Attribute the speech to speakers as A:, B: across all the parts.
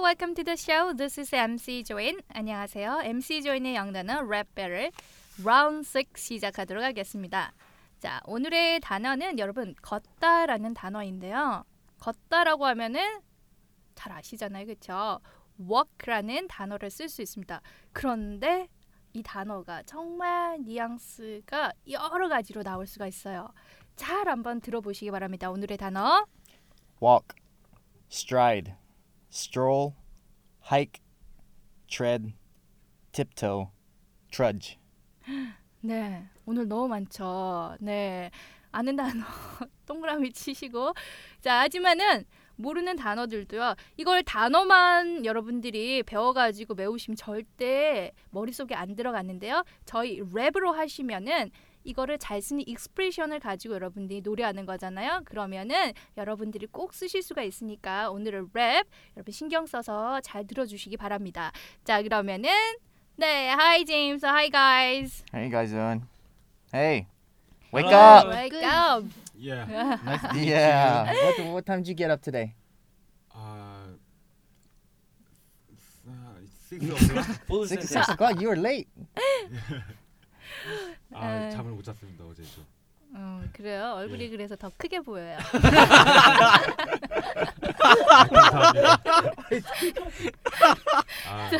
A: welcome to the show. This is MC Join. 안녕하세요. MC Join의 영단어 랩 배럴 라운드 6 시작하도록 하겠습니다. 자, 오늘의 단어는 여러분 걷다라는 단어인데요. 걷다라고 하면은 잘 아시잖아요. 그렇죠? walk라는 단어를 쓸 수 있습니다. 그런데 이 단어가 정말 뉘앙스가 여러 가지로 나올 수가 있어요. 잘 한번 들어보시기 바랍니다. 오늘의 단어
B: walk, stride, stroll, hike, tread, tiptoe, trudge.
A: 네, 오늘 너무 많죠. 네, 아는 단어 동그라미 치시고 자 하지만은 모르는 단어들도요. 이걸 단어만 여러분들이 배워가지고 외우시면 절대 머릿속에 안 들어갔는데요. 저희 랩으로 하시면은 이거를 잘 쓰는 익스프레션을 가지고 여러분들이 노래하는 거잖아요. 그러면은 여러분들이 꼭 쓰실 수가 있으니까 오늘의 랩 여러분 신경 써서 잘 들어주시기 바랍니다. 자 그러면은 네, hi James, hi guys.
B: How you guys doing? Hey, wake
C: Hello.
B: up!
A: Wake
D: Good.
A: up.
C: Yeah.
B: Nice to- yeah. What, what time did you get up today?
C: Uh, uh, six o'clock.
B: Six, six o'clock. You were late.
A: 네.
C: 아 잠을 못 잤습니다 어제 좀.
A: 어, 그래요. 얼굴이 그래서 더 크게 보여요.
C: 아, 감사합니다. 아,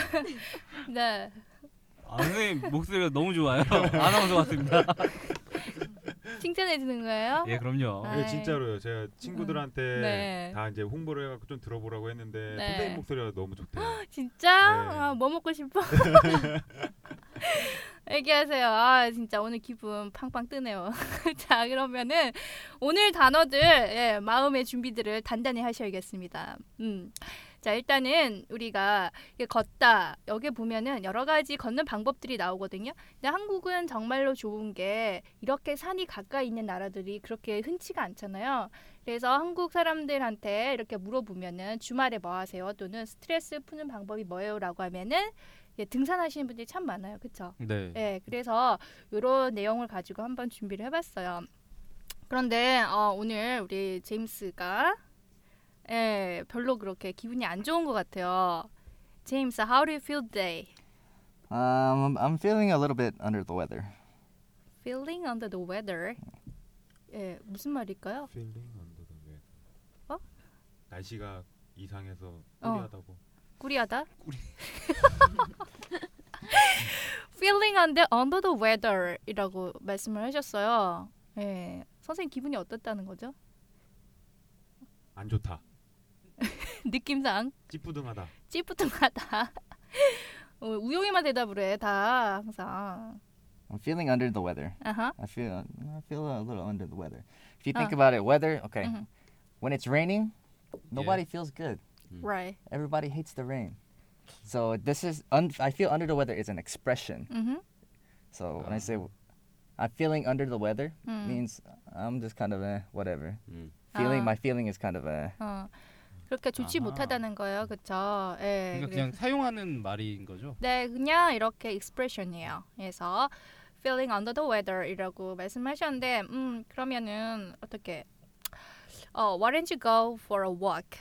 A: 네.
E: 아, 선생님 목소리가 너무 좋아요. 아나운서 같습니다.
A: 칭찬해 주는 거예요?
E: 예, 그럼요.
A: 아.
C: 예, 진짜로요. 제가 친구들한테
A: 네.
C: 다 이제 홍보를 해갖고 좀 들어보라고 했는데
A: 네.
C: 선생님 목소리가 너무 좋대요.
A: 진짜?
C: 네.
A: 아, 뭐 먹고 싶어? 얘기하세요. 아, 진짜 오늘 기분 팡팡 뜨네요. 자, 그러면은 오늘 단어들 예, 마음의 준비들을 단단히 하셔야겠습니다. 음. 자, 일단은 우리가 이게 걷다. 여기 보면은 여러 가지 걷는 방법들이 나오거든요. 근데 한국은 정말로 좋은 게 이렇게 산이 가까이 있는 나라들이 그렇게 흔치가 않잖아요. 그래서 한국 사람들한테 이렇게 물어보면은 주말에 뭐 하세요? 또는 스트레스 푸는 방법이 뭐예요?라고 하면은 예, 등산하시는 분들이 참 많아요. 그렇죠?
E: 네.
A: 예, 그래서 이런 내용을 가지고 한번 준비를 해봤어요. 그런데 어, 오늘 우리 제임스가 예, 별로 그렇게 기분이 안 좋은 것 같아요. 제임스, how do you feel today?
B: Um, I'm feeling a little bit under the weather.
A: Feeling under the weather. 예, 무슨 말일까요?
C: Feeling under the weather.
A: 어?
C: 날씨가 이상해서
A: 어.
C: 뿌리하다고.
A: 꾸리하다. Feeling under under the weather이라고 말씀을 하셨어요. 예, 선생님 기분이 어떻다는 거죠?
C: 안 좋다.
A: 느낌상
C: 찌뿌둥하다.
A: 찌뿌둥하다. 어, 우용이만 대답을 해. 다 항상.
B: I'm feeling under the weather.
A: 아하.
B: I feel I feel a little under the weather. If you think
A: Uh.
B: about it, weather. Okay.
A: Mhm.
B: When it's raining, nobody feels good.
A: Right.
B: Everybody hates the rain. So this is un- I feel under the weather is an expression.
A: 음.
B: So when I say I'm feeling under the weather
A: Mm.
B: means I'm just kind of eh, whatever.
E: 음.
B: Feeling
A: Ah.
B: my feeling is kind of a
A: 어. 그렇게 좋지
E: 아하.
A: 못하다는 거예요. 그렇죠? 예.
E: 그러니까
A: 그래서-
E: 그냥 사용하는 말인 거죠.
A: 네, 그냥 이렇게 expression이에요. 그래서 feeling under the weather이라고 말씀하셨는데, 음 그러면은 어떻게? 어, why don't you go for a walk?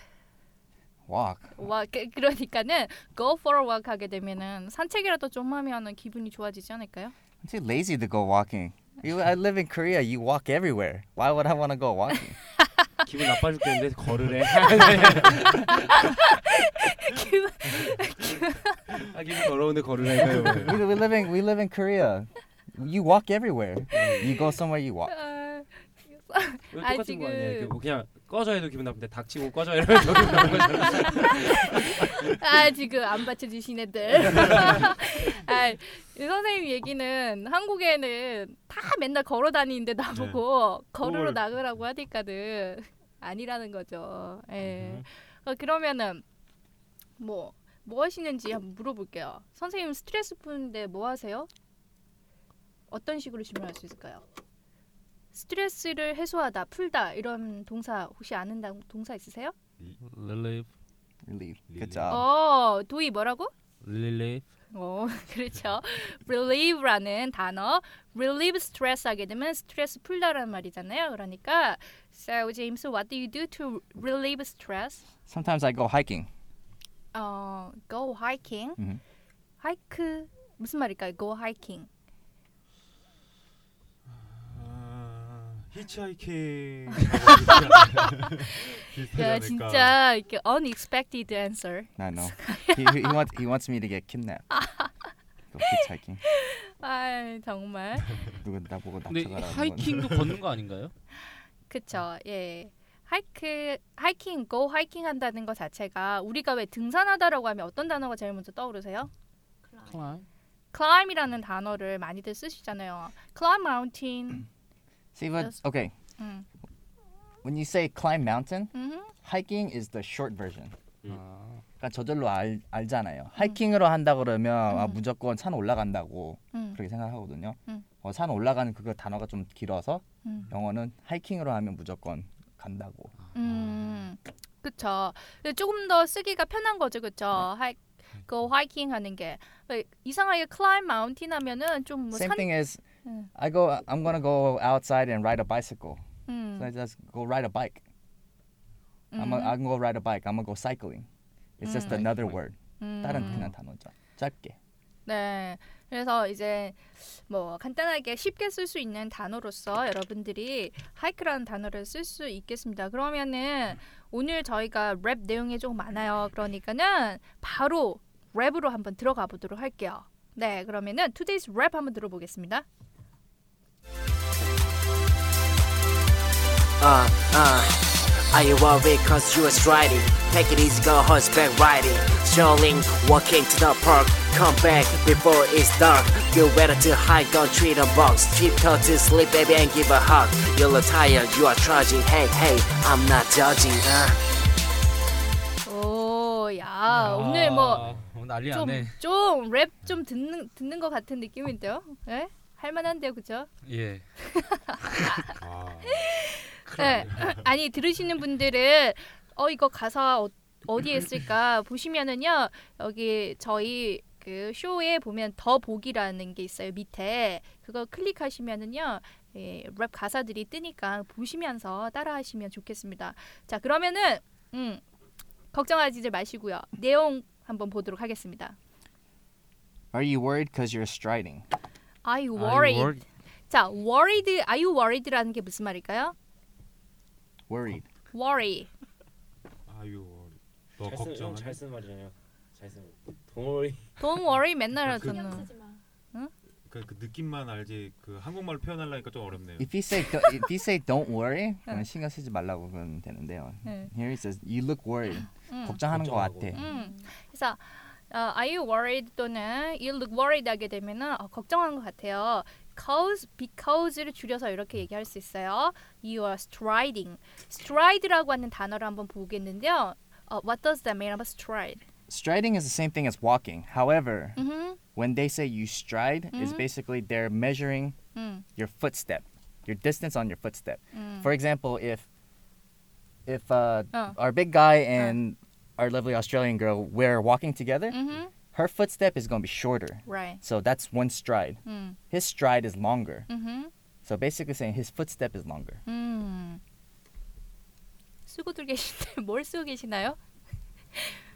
B: walk.
A: 와, 그- 그러니까는 go for a walk 하게 되면은 산책이라도 좀 하면은 기분이 좋아지지 않을까요?
B: I'm too lazy to go walking. You, I live in Korea. You walk everywhere. Why would I want to go walking?
F: 기분 나빠 죽겠는데 걸으래.
A: 기분-
F: 아 기분 더러운데 걸으래.
B: we, we live in we live in Korea. You walk everywhere. You go somewhere. You walk.
A: 아, 아,
F: 똑같은 거
A: 지금.
F: 아니야? 이렇게 뭐 그냥 꺼져 해도 기분 나쁜데 닥치고 꺼져 이러면 더 기분 나쁜 거잖아.
A: 아 지금 안 받쳐주신 애들. 아, 이 선생님 얘기는 한국에는 다 맨날 걸어 다니는데 나보고 걸으러
C: 네. 그걸-
A: 나가라고 하니까는 아니라는 거죠. 예.
C: 음.
A: 어, 그러면은 뭐. 뭐 하시는지 한번 물어볼게요. 선생님 스트레스 푸는데 뭐 하세요? 어떤 식으로 질문할 수 있을까요? 스트레스를 해소하다, 풀다 이런 동사 혹시 아는 다- 동사 있으세요?
E: 릴리프,
B: Relief.
C: Relief.
B: Good
A: Oh.
B: job.
A: 어, 도희 뭐라고?
E: 릴리프.
A: 어, 그렇죠. relieve라는 단어, relieve stress 하게 되면 스트레스 풀다라는 말이잖아요. 그러니까 so James, what do you do to relieve stress?
B: Sometimes I go hiking.
A: 어, go hiking.
B: 음.
A: 하이크 무슨 말일까요? go hiking.
C: 아, 히치하이킹 비슷하지
A: 야,
C: 않을까
A: 진짜 이렇게 unexpected answer.
B: I know. he, he, he wants he wants me to get kidnapped. Go hitchhiking.
A: 아, 정말.
B: 누가 나보고
E: 근데
B: 납쳐가라는
E: 하이킹도 걷는 거 아닌가요?
A: 그쵸. 예. 하이크, 하이킹, go hiking 한다는 것 자체가 우리가 왜 등산하다라고 하면 어떤 단어가 제일 먼저 떠오르세요?
E: 클라임.
A: climb이라는 단어를 많이들 쓰시잖아요. climb mountain.
B: See, but
A: Yes.
B: okay.
A: 음.
B: When you say climb mountain,
A: 음.
B: hiking is the short version.
F: 음.
E: 아.
B: 그러니까 저절로 알, 알잖아요. 하이킹으로 한다 그러면 아,
A: 음.
B: 무조건 산 올라간다고
A: 음.
B: 그렇게 생각하거든요.
A: 음.
B: 어, 산 올라가는 그거 단어가 좀 길어서
A: 음.
B: 영어는 하이킹으로 하면 무조건 간다고.
A: 음. 그쵸. 근데 조금 더 쓰기가 편한 거죠,
B: 네.
A: 그쵸? 하이, 그 하이킹 하는 게. 왜 이상하게 climb mountain 하면은 좀 뭐
B: Same
A: 산.
B: thing as
A: 음.
B: I go. I'm gonna go outside and ride a bicycle.
A: 음.
B: So I just go ride a bike. I'm, a, I'm gonna ride a bike. I'm gonna go cycling. It's just
A: 음.
B: another word.
A: 음.
B: 다른 그냥 단어죠. 짧게.
A: 네. 그래서 이제 뭐 간단하게 쉽게 쓸 수 있는 단어로서 여러분들이 하이크라는 단어를 쓸 수 있겠습니다. 그러면은 오늘 저희가 랩 내용이 조금 많아요. 그러니까는 바로 랩으로 한번 들어가 보도록 할게요. 네, 그러면은 today's rap 한번 들어보겠습니다.
D: Uh, uh. Are you worried cause you was riding? Take it easy, go horseback riding. Strolling, walking to the park. Come back before it's dark. You better to hide, don't treat a box. Cheap toe to sleep, baby, and give a hug. You look tired, you are trudging. Hey, hey, I'm not judging, uh. huh?
A: 오, 야,
F: 아,
G: 아,
A: 아, 오늘
F: 어,
E: 오늘 난리
A: 뭐 좀
E: 나네.
A: 좀 랩 좀 듣는 듣는 것 같은 느낌인데요. 예? 할만한데요, 그죠?
E: 예.
C: 아,
A: 네. 아니 들으시는 분들은 어 이거 가사 어, 어디에 있을까 보시면은요 여기 저희 그 쇼에 보면 더 보기라는 게 있어요 밑에 그거 클릭하시면은요 예, 랩 가사들이 뜨니까 보시면서 따라하시면 좋겠습니다. 자 그러면은 음 걱정하지 마시고요 내용 한번 보도록 하겠습니다.
B: Are you worried cause you're striding?
A: I worried. 자 worried, are you worried라는 게 무슨 말일까요?
B: Worried.
A: worry.
C: 아유 너
F: 잘 쓰는
C: 걱정하네
F: 잘쓰는 말이잖아요. 잘 쓰는 동물이
A: Don't worry 맨날
G: 신경
A: 하잖아.
G: 쓰지 마.
C: 그, 그 느낌만 알지 그 한국말로 표현하려니까 좀 어렵네요
B: If you say do- if you say don't worry, 그러면 신경 쓰지 말라고 그러면 되는데요.
A: 네.
B: Here it says you look worried.
A: 음.
B: 걱정하는 거
F: 걱정하고.
B: 같아.
A: 음. 그래서 어, are you worried 또는 you look worried 하게 되면은 어, 걱정한 것 같아요. cause because를 줄여서 이렇게 얘기할 수 있어요. You are striding. stride라고 하는 단어를 한번 보겠는데요. 어, what does that mean about stride?
B: Striding is the same thing as walking. However,
A: 음.
B: when they say you stride, it's
A: Mhm.
B: basically they're measuring
A: 음.
B: your footstep, your distance on your footstep.
A: 음.
B: For example, if if uh,
A: Uh.
B: our big guy and our lovely Australian girl were walking together,
A: 음.
B: her footstep is going to be shorter.
A: Right.
B: So that's one stride.
A: 음.
B: His stride is longer.
A: 음.
B: So basically saying his footstep is longer.
A: 음. 쓰고들 계신데 뭘 쓰고 계시나요?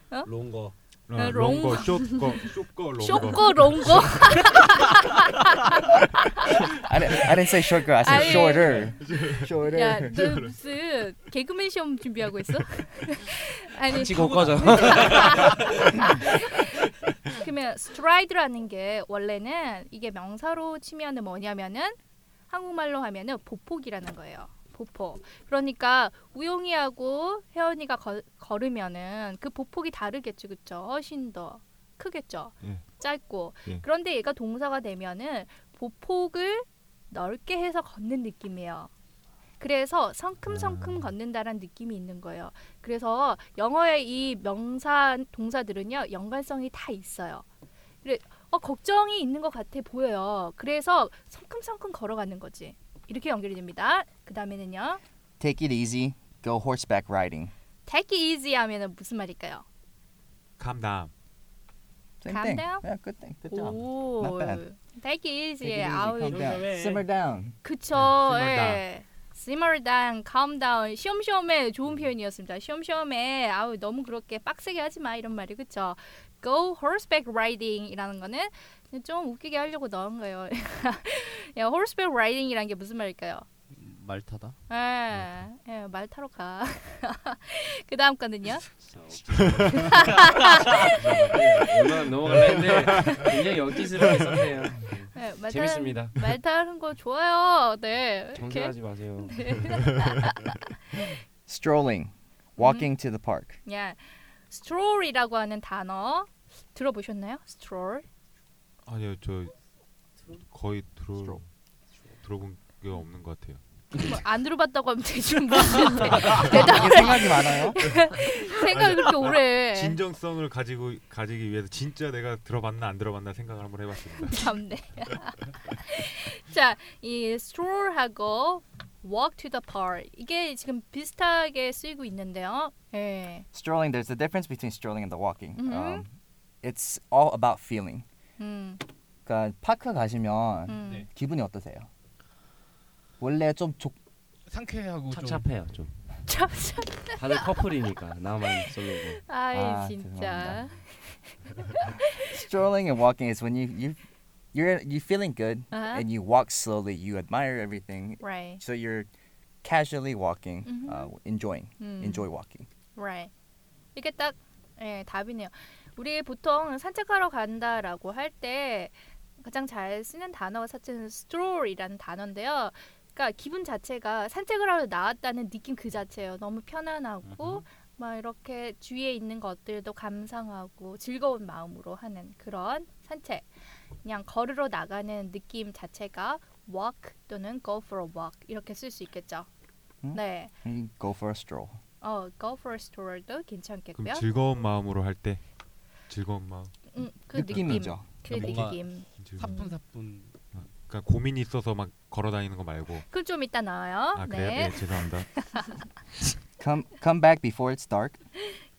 F: 롱거.
A: 아,
C: 롱거 쇼거 쇼거 롱거
A: 쇼코 롱고.
B: I didn't, I didn't say short girl. I said
A: I-
B: shorter. shorter.
A: 야, 너 무슨 개그맨 시험 준비하고 있어? 아니
F: 같이 고 꺼져.
A: 그러면 스트라이드라는 게 원래는 이게 명사로 치면은 뭐냐면은 한국말로 하면은 보폭이라는 거예요. 보폭. 그러니까 우영이하고 혜원이가 거, 걸으면은 그 보폭이 다르겠죠, 그렇죠? 훨씬 더 크겠죠.
C: 예.
A: 짧고.
C: 예.
A: 그런데 얘가 동사가 되면은 보폭을 넓게 해서 걷는 느낌이에요. 그래서 성큼성큼 걷는다라는 느낌이 있는 거예요. 그래서 영어의 이 명사 동사들은요 연관성이 다 있어요. 그래 어 걱정이 있는 것 같아 보여요. 그래서 성큼성큼 걸어가는 거지. 이렇게 연결이 됩니다. 그 다음에는요
B: Take it easy. Go horseback riding.
A: take it easy 하면은 무슨 말일까요?
C: 감담
B: Same
A: Calm
B: thing.
A: down.
B: Yeah, good thing. Good job.
A: 오
B: Not bad.
A: take it
B: Take it
A: easy.
B: easy.
A: 아우
B: Calm down. Simmer down.
A: 그쵸.
C: 네,
A: 예.
C: 스멀다.
A: simmer down, 음. calm down, 쉬엄쉬엄해 좋은 표현이었습니다. 쉬엄쉬엄해 아우 너무 그렇게 빡세게 하지 마 이런 말이 그쵸? Go horseback riding이라는 거는 좀 웃기게 하려고 넣은 거예요. 예, horseback riding이란 게 무슨 말일까요?
E: 말 타다.
A: 예, 예, 말 타러 가. 그 다음 거는요?
F: 얼마나 넘어갈라 했는데 굉장히 역기스러웠었네요.
A: 예, 말 타는
F: 재밌습니다.
A: 말 타는 거 좋아요. 네. 이렇게.
F: 정상하지 마세요.
B: Strolling, walking to the park.
A: 예. stroll이라고 하는 단어 들어보셨나요? stroll.
C: 아니요 저 거의 들어 들어본 게 없는 것 같아요.
A: 뭐안 들어봤다고 하면 대충 모르는데
B: 이게 생각이 많아요.
A: 생각을 그렇게
C: 네.
A: 오래 해.
C: 진정성을 가지고 가지기 위해서 진짜 내가 들어봤나 안 들어봤나 생각을 한번 해봤습니다.
A: 참네. 자, 이 stroll하고 walk to the park 이게 지금 비슷하게 쓰이고 있는데요. 예.
B: Strolling, there's a difference between strolling and the walking.
A: Mhm.
B: Um, it's all about feeling.
A: 음.
B: 그러니까 파크 가시면
A: 음.
G: 네.
B: 기분이 어떠세요? 원래 좀 조,
G: 상쾌하고 좀
F: 착잡해요 좀.
A: 참, 참.
F: 다들 커플이니까 나만 솔로고.
A: 아이
B: 아,
A: 진짜.
B: 죄송합니다. strolling and walking is when you you you're you feeling good
A: Uh-huh.
B: and you walk slowly. You admire everything,
A: Right.
B: so you're casually walking,
A: Mhm.
B: uh, enjoying,
A: 음.
B: enjoy walking.
A: Right. 이게 딱 예, 답이네요. 우리 보통 산책하러 간다라고 할 때 가장 잘 쓰는 단어가 사실은 stroll이라는 단어인데요. 그러니까 기분 자체가 산책을 하러 나왔다는 느낌 그 자체예요. 너무 편안하고 막 이렇게 주위에 있는 것들도 감상하고 즐거운 마음으로 하는 그런 산책. 그냥 걸으러 나가는 느낌 자체가 walk 또는 go for a walk 이렇게 쓸 수 있겠죠.
B: 음?
A: 네.
B: You go for a stroll.
A: 어, go for a stroll도 괜찮겠고요.
C: 그럼 즐거운 마음으로 할 때 즐거운 마음.
A: 음, 그
B: 느낌이죠.
A: 느낌. 그
G: 뭔가-
A: 느낌.
C: 즐거운 마음.
G: 사뿐사뿐
C: 그러니까 고민이 있어서 막 걸어 다니는 거 말고.
A: 그건 좀 이따 나와요.
C: 아 그래요?
A: 네.
C: 네 죄송합니다.
B: Come come back before it's dark.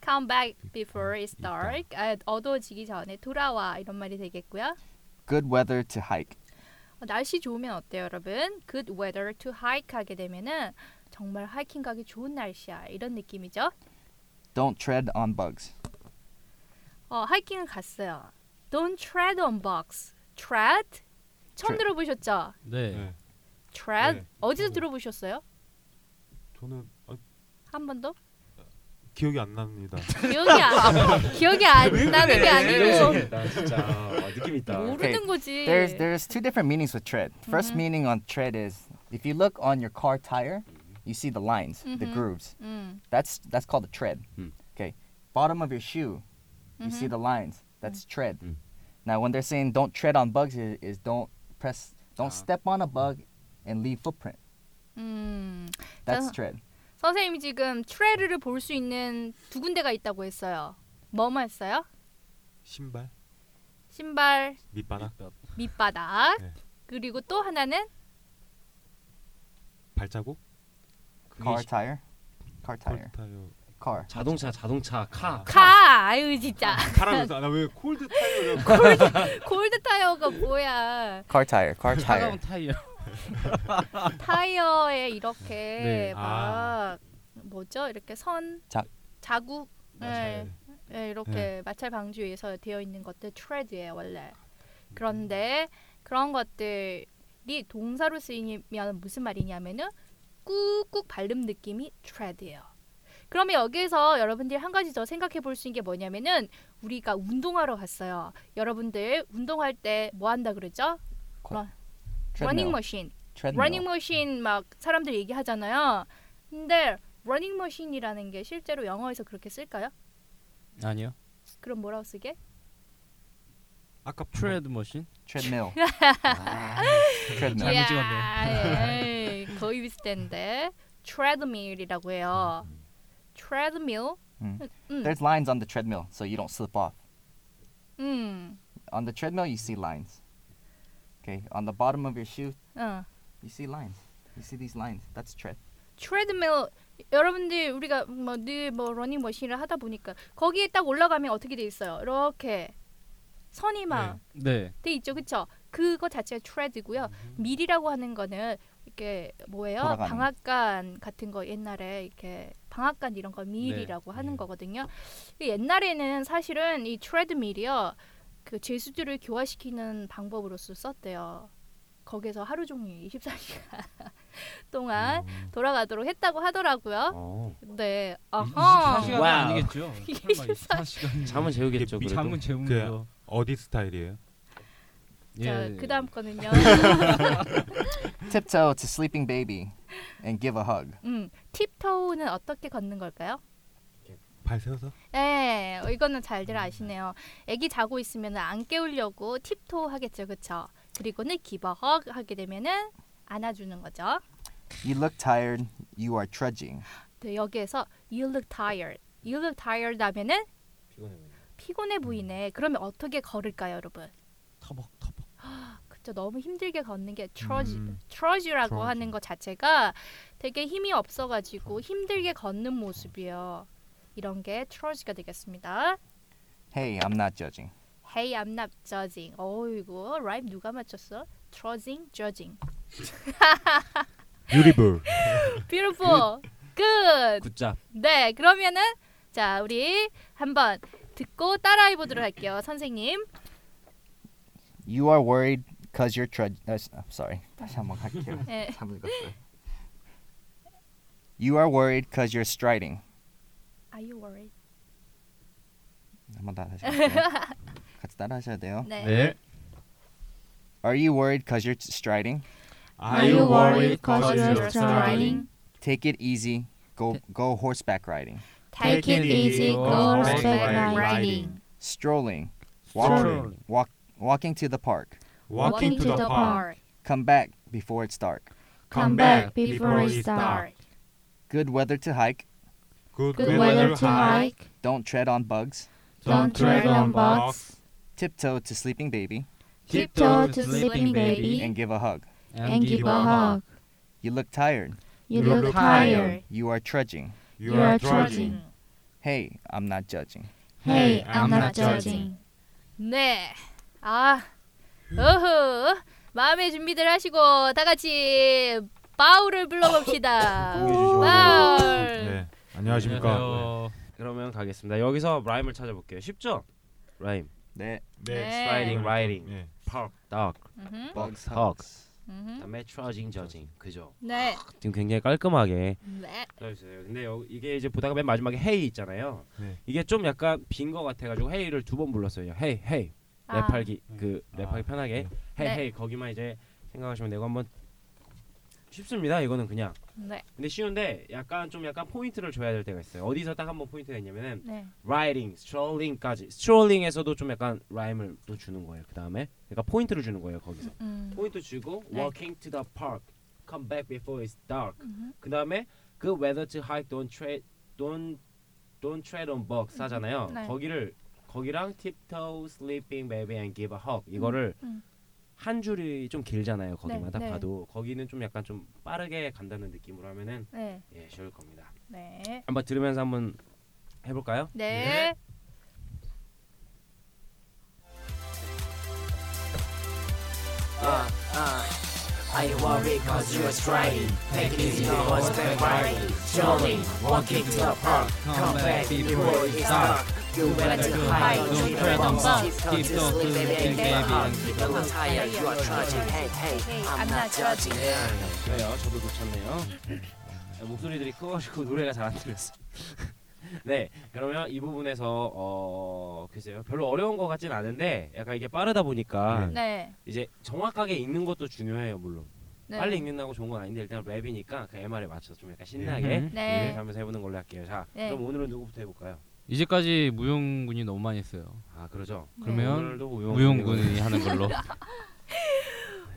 A: Come back before it's dark. 아, 어두워지기 전에 돌아와 이런 말이 되겠고요.
B: Good weather to hike.
A: 어, 날씨 좋으면 어때요, 여러분? Good weather to hike 하게 되면은 정말 하이킹 가기 좋은 날씨야 이런 느낌이죠.
B: Don't tread on bugs.
A: 어, 하이킹을 갔어요. Don't tread on bugs. Tread 처음
B: Tread.
A: 들어보셨죠?
G: 네,
C: 네.
A: Tread
C: 네.
A: 어디서
C: 저도.
A: 들어보셨어요?
C: 저는 아,
A: 한 번 더?
C: 기억이 안 납니다.
A: 기억이 안 기억이 안 나는 게 아니고
F: 나 진짜 아, 느낌 있다.
A: 모르는 거지.
B: There's there's two different meanings with tread. 1st
A: Mhm.
B: meaning on tread is if you look on your car tire, you see the lines, the
A: Mhm.
B: grooves.
A: 음.
B: That's that's called a tread.
F: Mm.
B: Okay. Bottom of your shoe, you
A: Mm-hmm.
B: see the lines. That's tread.
F: Mm.
B: Now when they're saying don't tread on bugs is, is don't press don't
F: Ah.
B: step on a bug and leave footprint.
A: 음.
B: That's
A: Ah.
B: tread.
A: 선생님이 지금 트레드를 볼 수 있는 두 군데가 있다고 했어요. 뭐뭐 했어요?
C: 신발
A: 신발
C: 밑바닥
A: 밑바닥
C: 네.
A: 그리고 또 하나는
C: 발자국
B: Car tire. Car tire.
C: 콜타이어
B: Car.
F: 자동차 자동차 카.
A: 카. 아유 진짜
C: 카라면서 나왜 콜드 타이어
A: 골드 타이어가 뭐야?
B: Car tire. Car tire.
G: 차가운 타이어
A: 타이어에 이렇게
G: 네.
A: 막
C: 아.
A: 뭐죠? 이렇게 선
B: 자-
A: 자국 네. 예, 이렇게 마찰 방지 위해서 되어 있는 것들 트레드예요 원래. 그런데 그런 것들이 동사로 쓰이면 무슨 말이냐면은 꾹꾹 발음 느낌이 트레드예요. 그러면 여기에서 여러분들이 한 가지 더 생각해 볼 수 있는 게 뭐냐면은 우리가 운동하러 갔어요. 여러분들 운동할 때 뭐 한다 그러죠?
B: Treadmill.
A: 러닝머신.
B: Treadmill.
A: 러닝머신 막 사람들 얘기하잖아요. 근데 러닝머신이라는 게 실제로 영어에서 그렇게 쓸까요?
G: 아니요
A: 그럼 뭐라고 쓰게?
C: 아까
G: 트레드 머신
B: Treadmill. Treadmill.
G: 잘못
A: 이야,
G: 찍었네요.
A: 에이, 거의 비슷한데 treadmill이라고 해요. treadmill.
B: 음.
A: 음,
B: Mm. There's lines on the treadmill, so you don't slip off.
A: 음,
B: On the treadmill, you see lines. Okay, on the bottom of your shoe,
A: 어.
B: you see lines. You see these lines. That's tread.
A: treadmill. 여러분들 우리가 뭐늘뭐 러닝머신을 하다 보니까 거기에 딱 올라가면 어떻게 돼 있어요? 이렇게 선이 막
G: 네
A: 돼 있죠, 그쵸 그거 자체가 트레드고요. 밀이라고 하는 거는 이렇게 뭐예요?
B: 돌아가는.
A: 방앗간 같은 거 옛날에 이렇게 방앗간 이런 거 밀이라고 하는 거거든요. 이 옛날에는 사실은 이 트레드밀이요 그 제수들을 교화시키는 방법으로서 썼대요. 거기서 하루 종일 24시간 동안 돌아가도록 했다고 하더라고요.
C: 음. 어.
A: 네, 아하.
E: 24시간은
D: 와우.
E: 아니겠죠. 24시간.
G: 잠은 재우겠죠. 그래도.
E: 잠은 재우면서.
C: 어디 스타일이에요?
G: 예.
A: 자, 그다음 거는요.
B: Tiptoe to sleeping baby and give a hug.
A: 음, 팁토우는 어떻게 걷는 걸까요?
C: 발 세워서?
A: 네, 어, 이거는 잘들 아시네요. 아기 자고 있으면 안 깨우려고 팁토우 하겠죠, 그렇죠? 그리고는 기버헉 하게 되면은 안아주는 거죠.
B: You look tired. You are trudging.
A: 네, 여기에서 you look tired, you look tired 하면은
F: 피곤해 보이네.
A: 피곤해 보이네. 그러면 어떻게 걸을까요, 여러분?
E: 터벅 터벅.
A: 그쵸, 너무 힘들게 걷는 게 trudge,
C: 음.
A: trudge라고
C: trudge.
A: 하는 것 자체가 되게 힘이 없어가지고 힘들게 걷는 모습이요. 이런 게 trudge가 되겠습니다.
B: Hey, I'm not judging.
A: Hey, I'm not judging. 어이구, 라임 누가 맞췄어? Trudging, judging.
C: 유리볼.
A: Beautiful. Good.
E: 굿잡.
A: 네, 그러면은 자 우리 한번 듣고 따라해 보도록 할게요, 선생님.
B: You are worried cause you're trudging. Uh, s- I'm sorry. 다시 한번 갈게요.
A: 예.
B: 잘못 읽었어요. You are worried cause you're striding.
A: Are you worried?
B: 한번 더 다시 할게요. 같이 따라 하셔야 돼요.
A: 네.
B: Are you worried cause you're striding?
C: Are
G: you
C: worried
G: cause you're
C: striding?
B: Take it easy. Go go horseback riding.
G: Take it easy,
E: go
G: horseback
A: riding.
B: Strolling.
C: Strolling.
B: Walk, walking to the park.
C: Walking to the park.
B: Come back before it's dark.
C: Come back before it's dark.
B: Good weather to hike.
C: Good
G: Good weather
C: weather
G: to
C: high.
G: hike.
B: Don't tread on bugs.
G: Don't tread on bugs.
B: Tiptoe to sleeping baby
G: Tiptoe to sleeping baby.
B: and give a hug.
G: And give a hug.
B: You look tired.
G: You look tired.
B: You are trudging.
C: You are trudging.
B: Hey, I'm not judging.
G: Hey, I'm not judging.
A: 네. 아, 어후. 마음의 준비들 하시고 다 같이 바울을 불러봅시다. 바울.
C: 네. 안녕하십니까.
G: 네.
F: 그러면 가겠습니다. 여기서 라임을 찾아볼게요. 쉽죠? 라임.
B: 네.
A: 네.
F: Riding, riding.
C: 네.
F: Park, dog.
A: 음흠,
B: Bugs
F: Hug.
B: hugs.
A: 음흠.
F: 그다음에 trudging, judging. 그죠?
A: 네.
F: 지금 굉장히 깔끔하게
A: 네.
F: 써주세요. 근데 여, 이게 이제 보다가 맨 마지막에 헤이 있잖아요.
C: 네.
F: 이게 좀 약간 빈 거 같아가지고 헤이를 두 번 불렀어요. 헤이 헤이
A: 아.
F: 랩하기 그 랩하기
C: 아,
F: 편하게 헤이
A: 네.
F: 헤이 거기만 이제 생각하시면 되고 한번 쉽습니다. 이거는 그냥
A: 네.
F: 근데 쉬운데 약간 좀 약간 포인트를 줘야 될 때가 있어요. 어디서 딱 한번 포인트가 있냐면은
A: 네.
F: riding, strolling까지 strolling에서도 좀 약간 라임을 또 주는 거예요. 그 다음에 그러니까 포인트를 주는 거예요 거기서.
A: 음.
F: 포인트 주고
A: 네.
F: walking to the park, come back before it's dark.
A: 음흠.
F: 그 다음에 그 whether to hike don't tread don't don't tread on bugs 하잖아요.
A: 네.
F: 거기를 거기랑 tiptoe, sleeping baby and give a hug 이거를
A: 음.
F: 한 줄이 좀 길잖아요. 거기만
A: 네,
F: 딱
A: 네.
F: 봐도 거기는 좀 약간 좀 빠르게 간다는 느낌으로 하면은
A: 네.
F: 예 쉬울 겁니다.
A: 네.
F: 한번 들으면서 한번 해볼까요?
A: 네.
D: Uh, Are you worried cause you're striding? Take it easy, go horseback riding. Strolling, walking to the park. Come back before it's dark. You went to hide, don't tread on bugs. Keep those little baby and You look tired, you are trudging. Hey, hey, I'm not judging.
F: 그래요. 저도 놓쳤네요. 아, 목소리들이 커가지고 노래가 잘 안 들렸어. 네, 그러면 이 부분에서 어 글쎄요, 별로 어려운 것 같진 않은데 약간 이게 빠르다 보니까
C: 네.
A: 네.
F: 이제 정확하게 읽는 것도 중요해요, 물론.
A: 네.
F: 빨리 읽는다고 좋은 건 아닌데 일단 랩이니까 그 MR에 맞춰서 좀 약간 신나게
A: 네.
F: 하면서 해보는 걸로 할게요. 자,
A: 네.
F: 그럼 오늘은 누구부터 해볼까요?
G: 이제까지 무용군이 너무 많이 했어요.
F: 아, 그러죠.
G: 그러면
F: 오늘도 우영
G: 무용군이 하는 걸로.
A: 네.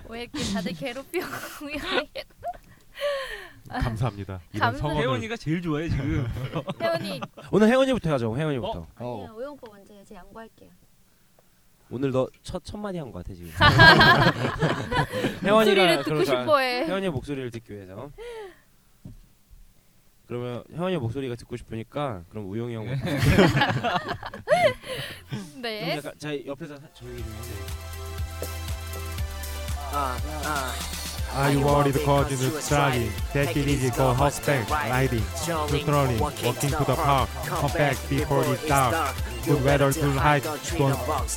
A: 왜 이렇게 다들 괴롭히고
C: 감사합니다. 이런
A: 감사합니다.
C: 성원을
E: 혜원이가 제일 좋아해 지금.
A: 태원이
F: 오늘 혜원이부터 하자고. 혜원이부터.
B: Oh,
H: 아니요, 오영오빠 먼저 해요. 제가 양보할게요.
F: 오늘 너 첫 첫 마디 한 것 같아 지금.
A: 소리를
F: 혜원이가
A: 듣고
F: 그러자
A: 싶어해.
F: 혜원이의 목소리를 듣기 위해서. 그러면 혜원이 목소리가 듣고 싶으니까 그럼 우영이 형. 먼저. 좀
A: 네.
F: 약간 자 옆에서 사- 조용히 좀 해주세요.
D: Uh, uh. Are you worried cause you're struggling? Take it easy, go horseback riding. Strolling, walking to the park, come back before it's dark. Good weather tonight, don't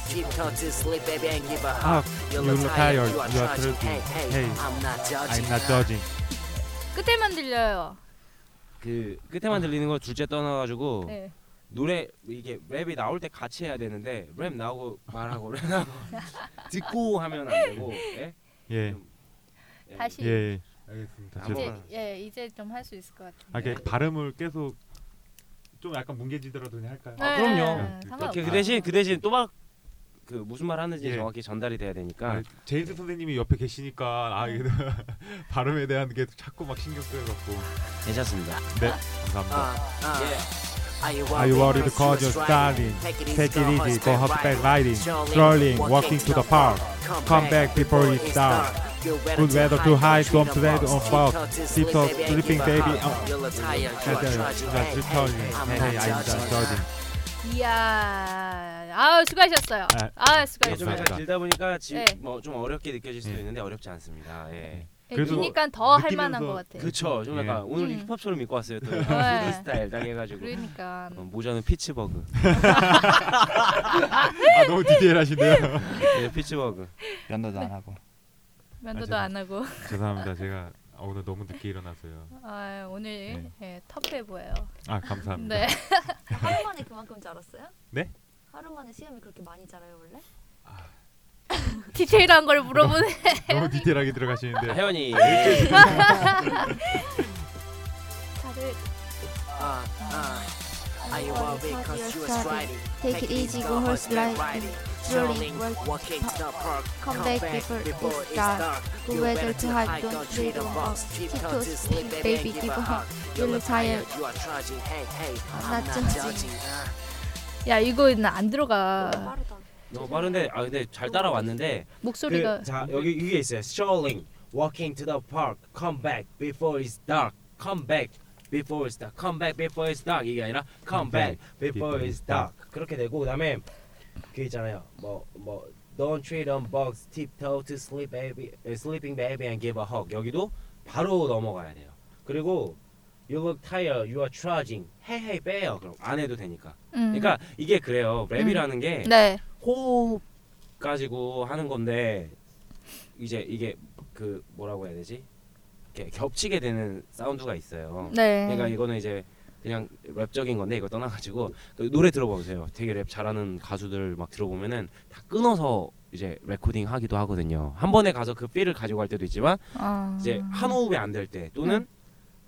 D: keep touching, sleep, baby, and give a hug. You look tired, you are thirsty. Hey, I'm
G: I'm
D: not
G: not
D: judging.
G: judging.
A: 끝에만 들려요.
F: 그 끝에만 들리는 거 둘째 떠나가지고
A: 네.
F: 노래 이게 랩이 나올 때 같이 해야 되는데 랩 나오고 말하고 랩 나오고 듣고 하면 안 되고 예?
C: 예.
F: 예.
A: 다시
C: 예. 예. 알겠습니다.
F: 아,
C: 제가
A: 이제 예 이제 좀 할 수 있을 것 같아요.
C: 아, 이게 발음을 계속 좀 약간 뭉개지더라도 그냥 할까요?
D: 네.
F: 아, 그럼요.
A: 상관없어요.
F: 이렇게 그 대신 그 대신 또막 그 무슨 말 하는지
C: 예.
F: 정확히 전달이 돼야 되니까
C: 아, 제임스 선생님이 옆에 계시니까 아
D: 네.
C: 이게 발음에 대한 게 자꾸 막 신경 쓰여갖고
F: 괜찮습니다.
C: 네
D: 아.
C: 감사합니다.
D: Are you worried cause you're struggling? Take it easy, go horseback riding. Strolling, walking to the park. Come back before it's dark. Good weather too high, don't sweat on fog. Keep on sleeping, baby. um, I'm
G: not judging.
D: not judging. Hey, I'm not judging.
A: 이야 아 수고하셨어요.
F: 네,
C: 아,
A: 아
F: 이게 좀
A: 수고하셨어요.
F: 약간 길다 네. 보니까 지금
A: 예.
F: 뭐좀 어렵게 느껴질 수도
C: 예.
F: 있는데 어렵지 않습니다. 예.
A: 예,
C: 그래도
A: 그러니까 더 할
C: 느끼면서
A: 만한 것 같아요.
F: 그쵸. 좀 약간 오늘
A: 음.
F: 힙합처럼 입고 왔어요. 또
A: 네.
F: 프리스타일 당해가지고
A: 그러니까
F: 어, 모자는 피츠버그.
C: 아 너무 디테일하시네요.
F: 예, 피츠버그.
B: 면도도 안 하고.
A: 면도도
C: 아,
A: 안 하고
C: 죄송합니다. 제가 오늘 너무 늦게 일어나서요.
A: 아, 오늘
C: 네.
A: 예, 텁해 보여요.
C: 아
F: 음.
C: 감사합니다.
A: 네.
H: 하루 만에 그만큼 자랐어요?
C: 네?
H: 하루 만에 시험이 그렇게 많이 자라요 원래?
F: 아.
A: 디테일한 걸 물어보네.
C: 너무 디테일하게 들어가시는데
F: 아, 혜원이.
A: 네.
H: 다들
D: Uh, Are you worried cause you're struggling?
I: Take it easy, go horseback riding. Strolling, walking to the
D: park.
I: Come back before it's dark.
D: Good weather too hot, don't treat them off. Keep toes, sleep, baby, give a hug. You look tired, you are judging. Hey, hey, I'm
I: not
D: not
I: judging.
D: judging.
A: 야 이거 안 들어가.
H: 빠르다.
F: 너무 빠른데 아 근데 잘 따라왔는데
A: 목소리가
F: 그, 자 여기 이게 있어요. Strolling, walking to the park, come back before it's dark, come back before it's dark, come back before it's dark 이게 아니라 come back before it's dark 그렇게 되고 그다음에 그 있잖아요. 뭐뭐 Don't treat on bugs, tiptoe to sleep baby, eh, sleeping baby and give a hug 여기도 바로 넘어가야 돼요. 그리고 You look tired, you are trudging, hey hey 빼요. 그럼 안 해도 되니까.
A: 음.
F: 그러니까 이게 그래요. 랩이라는 게
A: 네.
F: 호흡 가지고 하는 건데 이제 이게 그 뭐라고 해야 되지? 이렇게 겹치게 되는 사운드가 있어요.
A: 네.
F: 그러니까 이거는 이제 그냥 랩적인 건데 이거 떠나가지고 그 노래 들어보세요. 되게 랩 잘하는 가수들 막 들어보면은 다 끊어서 이제 레코딩 하기도 하거든요. 한 번에 가서 그 필을 가지고 갈 때도 있지만
A: 아.
F: 이제 한 호흡에 안 될 때
A: 네.
F: 또는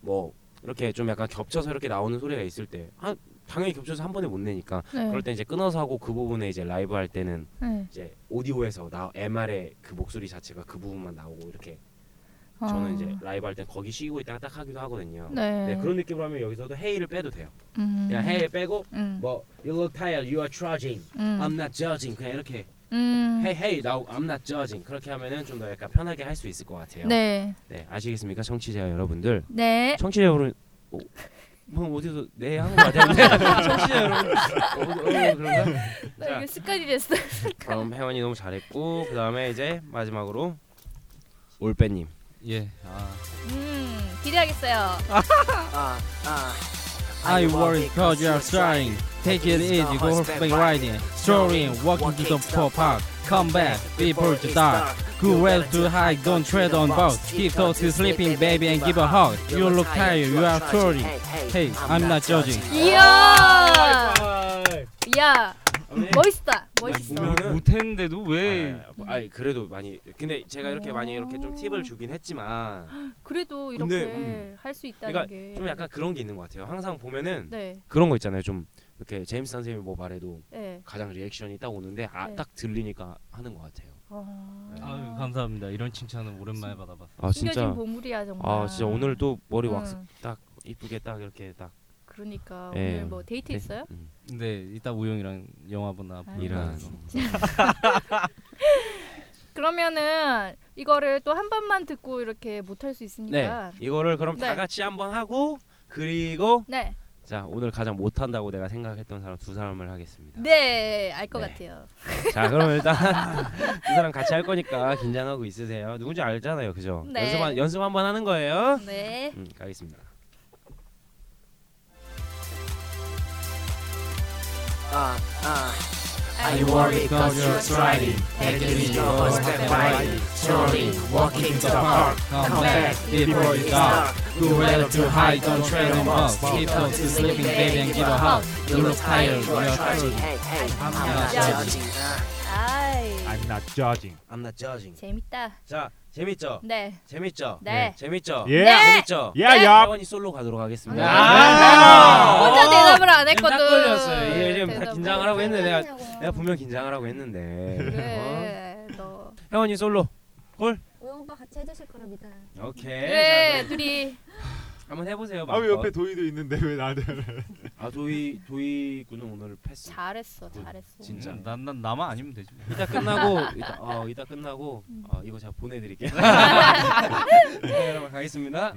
F: 뭐 이렇게 좀 약간 겹쳐서 이렇게 나오는 소리가 있을 때 한, 당연히 겹쳐서 한 번에 못 내니까
A: 네.
F: 그럴 때 이제 끊어서 하고 그 부분에 이제 라이브 할 때는
A: 네.
F: 이제 오디오에서 나 MR의 그 목소리 자체가 그 부분만 나오고 이렇게
A: 아.
F: 저는 이제 라이브 할 땐 거기 쉬고 있다가 딱 하기도 하거든요.
A: 네.
F: 그런 느낌으로 하면 여기서도 헤이를 빼도 돼요.
A: 음.
F: 그냥 헤이 빼고
A: 음.
F: 뭐 You look tired, you are trudging,
A: 음.
F: I'm not judging 그냥 이렇게
A: 음.
F: 헤이 헤이 나 I'm not judging 그렇게 하면은 좀 더 약간 편하게 할 수 있을 것 같아요.
A: 네.
F: 네, 아시겠습니까, 청취자 여러분들.
A: 네.
F: 청취자 여러분. 어, 뭐 어디서 네 하는 거 같은데 청취자 여러분 어, 어,
A: 나
F: 그런가? 자.
A: 네, 이거 습관이 됐어.
F: 그럼 혜원이 너무 잘했고 그 다음에 이제 마지막으로 올빼님
G: 예. 아.
A: 음. 기대하겠어요.
G: Uh, I worry cause you are struggling. Take it easy, go horseback riding. Strolling, walking to the poor park. Come back before the dark. Good weather too high, don't tread on both. Keep close to sleeping, baby, and give a hug. You look tired, you are trolling. Hey, I'm not judging.
A: 이야. 야.
F: 네.
A: 멋있다. 멋있어.
F: 보면은-
G: 못했는데도 왜?
F: 아, 아 그래도 많이 근데 제가 이렇게 많이 이렇게 좀 팁을 주긴 했지만
A: 그래도 이렇게
F: 근데,
A: 할 수 있다는
F: 그러니까
A: 게.
F: 좀 약간 그런 게 있는 것 같아요 항상 보면은
A: 네.
F: 그런 거 있잖아요 좀 이렇게 제임스 선생님이 뭐 말해도
A: 네.
F: 가장 리액션이 딱 오는데 아,
A: 네.
F: 딱 들리니까 하는 것 같아요
A: 어.
G: 아유, 감사합니다. 이런 칭찬은 오랜만에 받아봤어요.
F: 아
A: 숨겨진
F: 진짜
A: 보물이야 정말.
F: 아 진짜 오늘 또 머리 왁스
A: 응,
F: 딱 이쁘게 딱 이렇게 딱
A: 그러니까
F: 예.
A: 오늘 뭐 데이트 있어요?
F: 음,
G: 근데 이따 우영이랑 영화 보나
A: 아,
F: 이런
G: 보면서.
A: 그러면은 이거를 또 한 번만 듣고 이렇게 못 할 수 있으니까.
F: 네 이거를 그럼
A: 그러니까. 네.
F: 다 같이 한번 하고 그리고
A: 네.
F: 자 오늘 가장 못한다고 내가 생각했던 사람 두 사람을 하겠습니다.
A: 네, 알 것
F: 네.
A: 같아요.
F: 자 그럼 일단 두 사람 같이 할 거니까 긴장하고 있으세요. 누군지 알잖아요, 그죠?
A: 네.
F: 연습 한 연습 한번 하는 거예요.
A: 네.
F: 음, 가겠습니다.
D: Uh, uh.
A: I
D: I
A: worry
D: worry
G: about
D: about
G: your
D: your
G: striding.
D: striding.
G: Take it
D: Take it
G: easy,
D: easy,
G: go
D: go
G: step
D: step
G: right.
D: right.
G: Surely,
D: Surely,
G: walk
D: walk
G: into
D: into
G: the
D: the
G: park.
D: park.
G: Come
D: Come
G: back
D: back
G: before
D: before
G: it's
D: it's
G: dark.
D: dark.
G: Do well to hide, don't tread on balls.
D: balls.
G: Keep close to sleeping, baby, and give a hug. You look tired, you are tired.
D: Hey, hey,
G: I'm
D: I'm
G: not
D: not judging. uh.
A: 아이,
C: I'm not judging.
F: I'm not judging.
A: 재밌다.
F: 자 재밌죠?
A: 네.
F: 재밌죠?
A: 네.
F: 재밌죠?
C: 예.
A: 네.
F: 재밌죠?
C: Yeah, yeah.
F: 사원이 솔로 가도록
A: 음,
F: 하겠습니다.
E: 아,
A: 혼자 대답을 안 했거든.
E: 딱 걸렸어요.
F: 이게 예, 지금 다
A: 대답을.
F: 긴장을 하고 했는데 내가
A: 네.
F: 내가 분명 긴장을 하고 했는데. 어?
A: 그래, 네, 너.
F: 혜원이 솔로.
H: 우영 오빠 같이 해주실 거라 믿어요.
A: 네,
F: 오케이.
A: 그래, 둘이.
F: 자, 한번 해보세요.
D: 어,
C: 아, 왜
F: 마음껏.
C: 옆에 도희도 있는데 왜 나한테
F: 아 도희 도희 군은 오늘 패스.
A: 잘했어, 잘했어.
F: 진짜.
E: 음, 난, 난 나만 아니면 되지.
F: 이따 끝나고 이따 어 이따 끝나고 어 이거 제가 보내드릴게요. 네, 여러분 가겠습니다.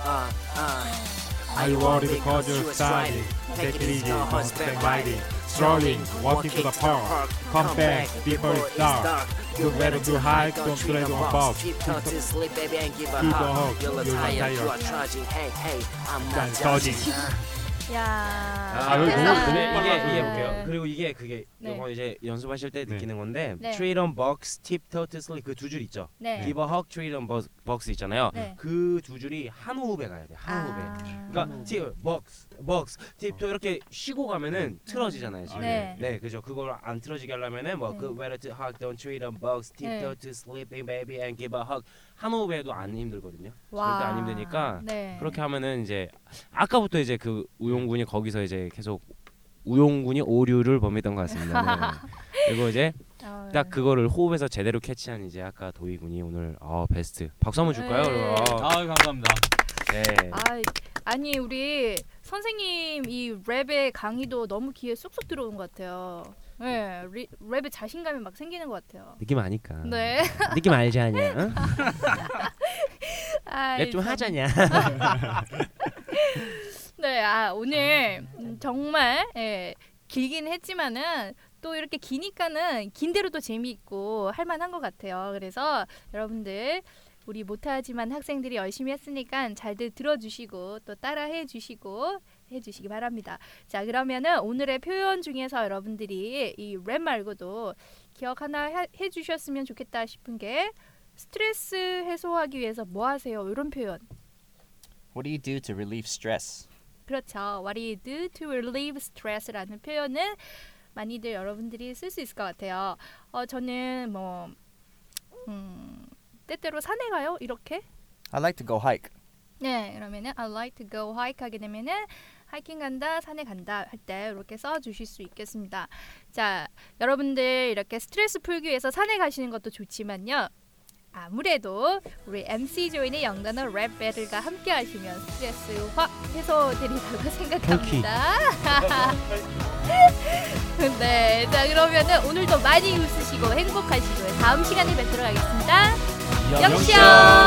D: Uh, uh.
G: I worry because you're
D: striding.
G: Take it easy, don't stay mighty. Strolling, walk into the park.
D: Come back before it's dark. You better do hike, don't play on box. Keep
G: Keep
D: to sleep, baby, and give a
G: keep a
D: hug.
G: hug. You're
D: You're
G: not
D: tired, you
G: tired.
D: are trudging. Hey, hey, I'm not
G: Not
D: judging.
A: 야.
C: 아, 여기
F: 이게
C: 너무
A: 야.
F: 이게 이게 볼게요. 그리고 이게 그게
A: 네.
F: 이건 이제 연습하실 때
C: 네.
F: 느끼는 건데
A: 네.
F: 트레이 on box, tip toe to sleep 그두 줄 있죠.
A: 네.
F: give a hug, trade on box, box 있잖아요.
A: 네. 아.
F: 그 두 줄이 한 호흡에 가야 돼. 한 호흡에. 그러니까 티 box, box, tip
C: 어.
F: toe 이렇게 쉬고 가면은 틀어지잖아요. 지금.
A: 네.
F: 네, 그죠. 그걸 안 틀어지게 하려면은
A: 네.
F: 뭐그 whether to hug, don't treat on box,
A: 네.
F: tiptoe to sleeping baby and give a hug 한 호흡에도 안 힘들거든요.
A: 와.
F: 절대 안 힘드니까
A: 네.
F: 그렇게 하면은 이제 아까부터 이제 그 우용군이 거기서 이제 계속 우용군이 오류를 범했던 것 같습니다. 네. 그리고 이제
A: 어,
F: 딱 그거를 호흡에서 제대로 캐치한 이제 아까 도희군이 오늘 어 베스트 박수 한번 줄까요?
A: 네.
F: 여러분? 어,
E: 아 감사합니다.
F: 네.
A: 아, 아니 우리 선생님 이 랩의 강의도 너무 귀에 쏙쏙 들어온 것 같아요. 네, 리, 랩에 자신감이 막 생기는 것 같아요.
F: 느낌 아니까.
A: 네.
F: 느낌 알지 아니야? 응?
A: 아,
F: 랩좀
A: 참.
F: 하자냐?
A: 네, 아 오늘 음, 정말 예, 길긴 했지만은 또 이렇게 기니까는 긴대로 또 재미있고 할만한 것 같아요. 그래서 여러분들 우리 못하지만 학생들이 열심히 했으니까 잘들 들어주시고 또 따라해 주시고 해주시기 바랍니다. 자 그러면은 오늘의 표현 중에서 여러분들이 이 랩 말고도 기억 하나 해- 해주셨으면 좋겠다 싶은 게 스트레스 해소하기 위해서 뭐 하세요? 이런 표현.
B: What do you do to relieve stress?
A: 그렇죠. What do you do to relieve stress라는 표현은 많이들 여러분들이 쓸 수 있을 것 같아요. 어, 저는 뭐 음, 때때로 산에 가요. 이렇게.
B: I like to go hike.
A: 네, 그러면은 I like to go hike 하게 되면은 하이킹 간다, 산에 간다 할 때 이렇게 써 주실 수 있겠습니다. 자, 여러분들 이렇게 스트레스 풀기 위해서 산에 가시는 것도 좋지만요. 아무래도 우리 MC 조인의 영단어 랩 배틀과 함께 하시면 스트레스 확 해소되리라고 생각합니다. 네, 자 그러면은 오늘도 많이 웃으시고 행복하시고 다음 시간에 뵙도록 하겠습니다. 영쇼!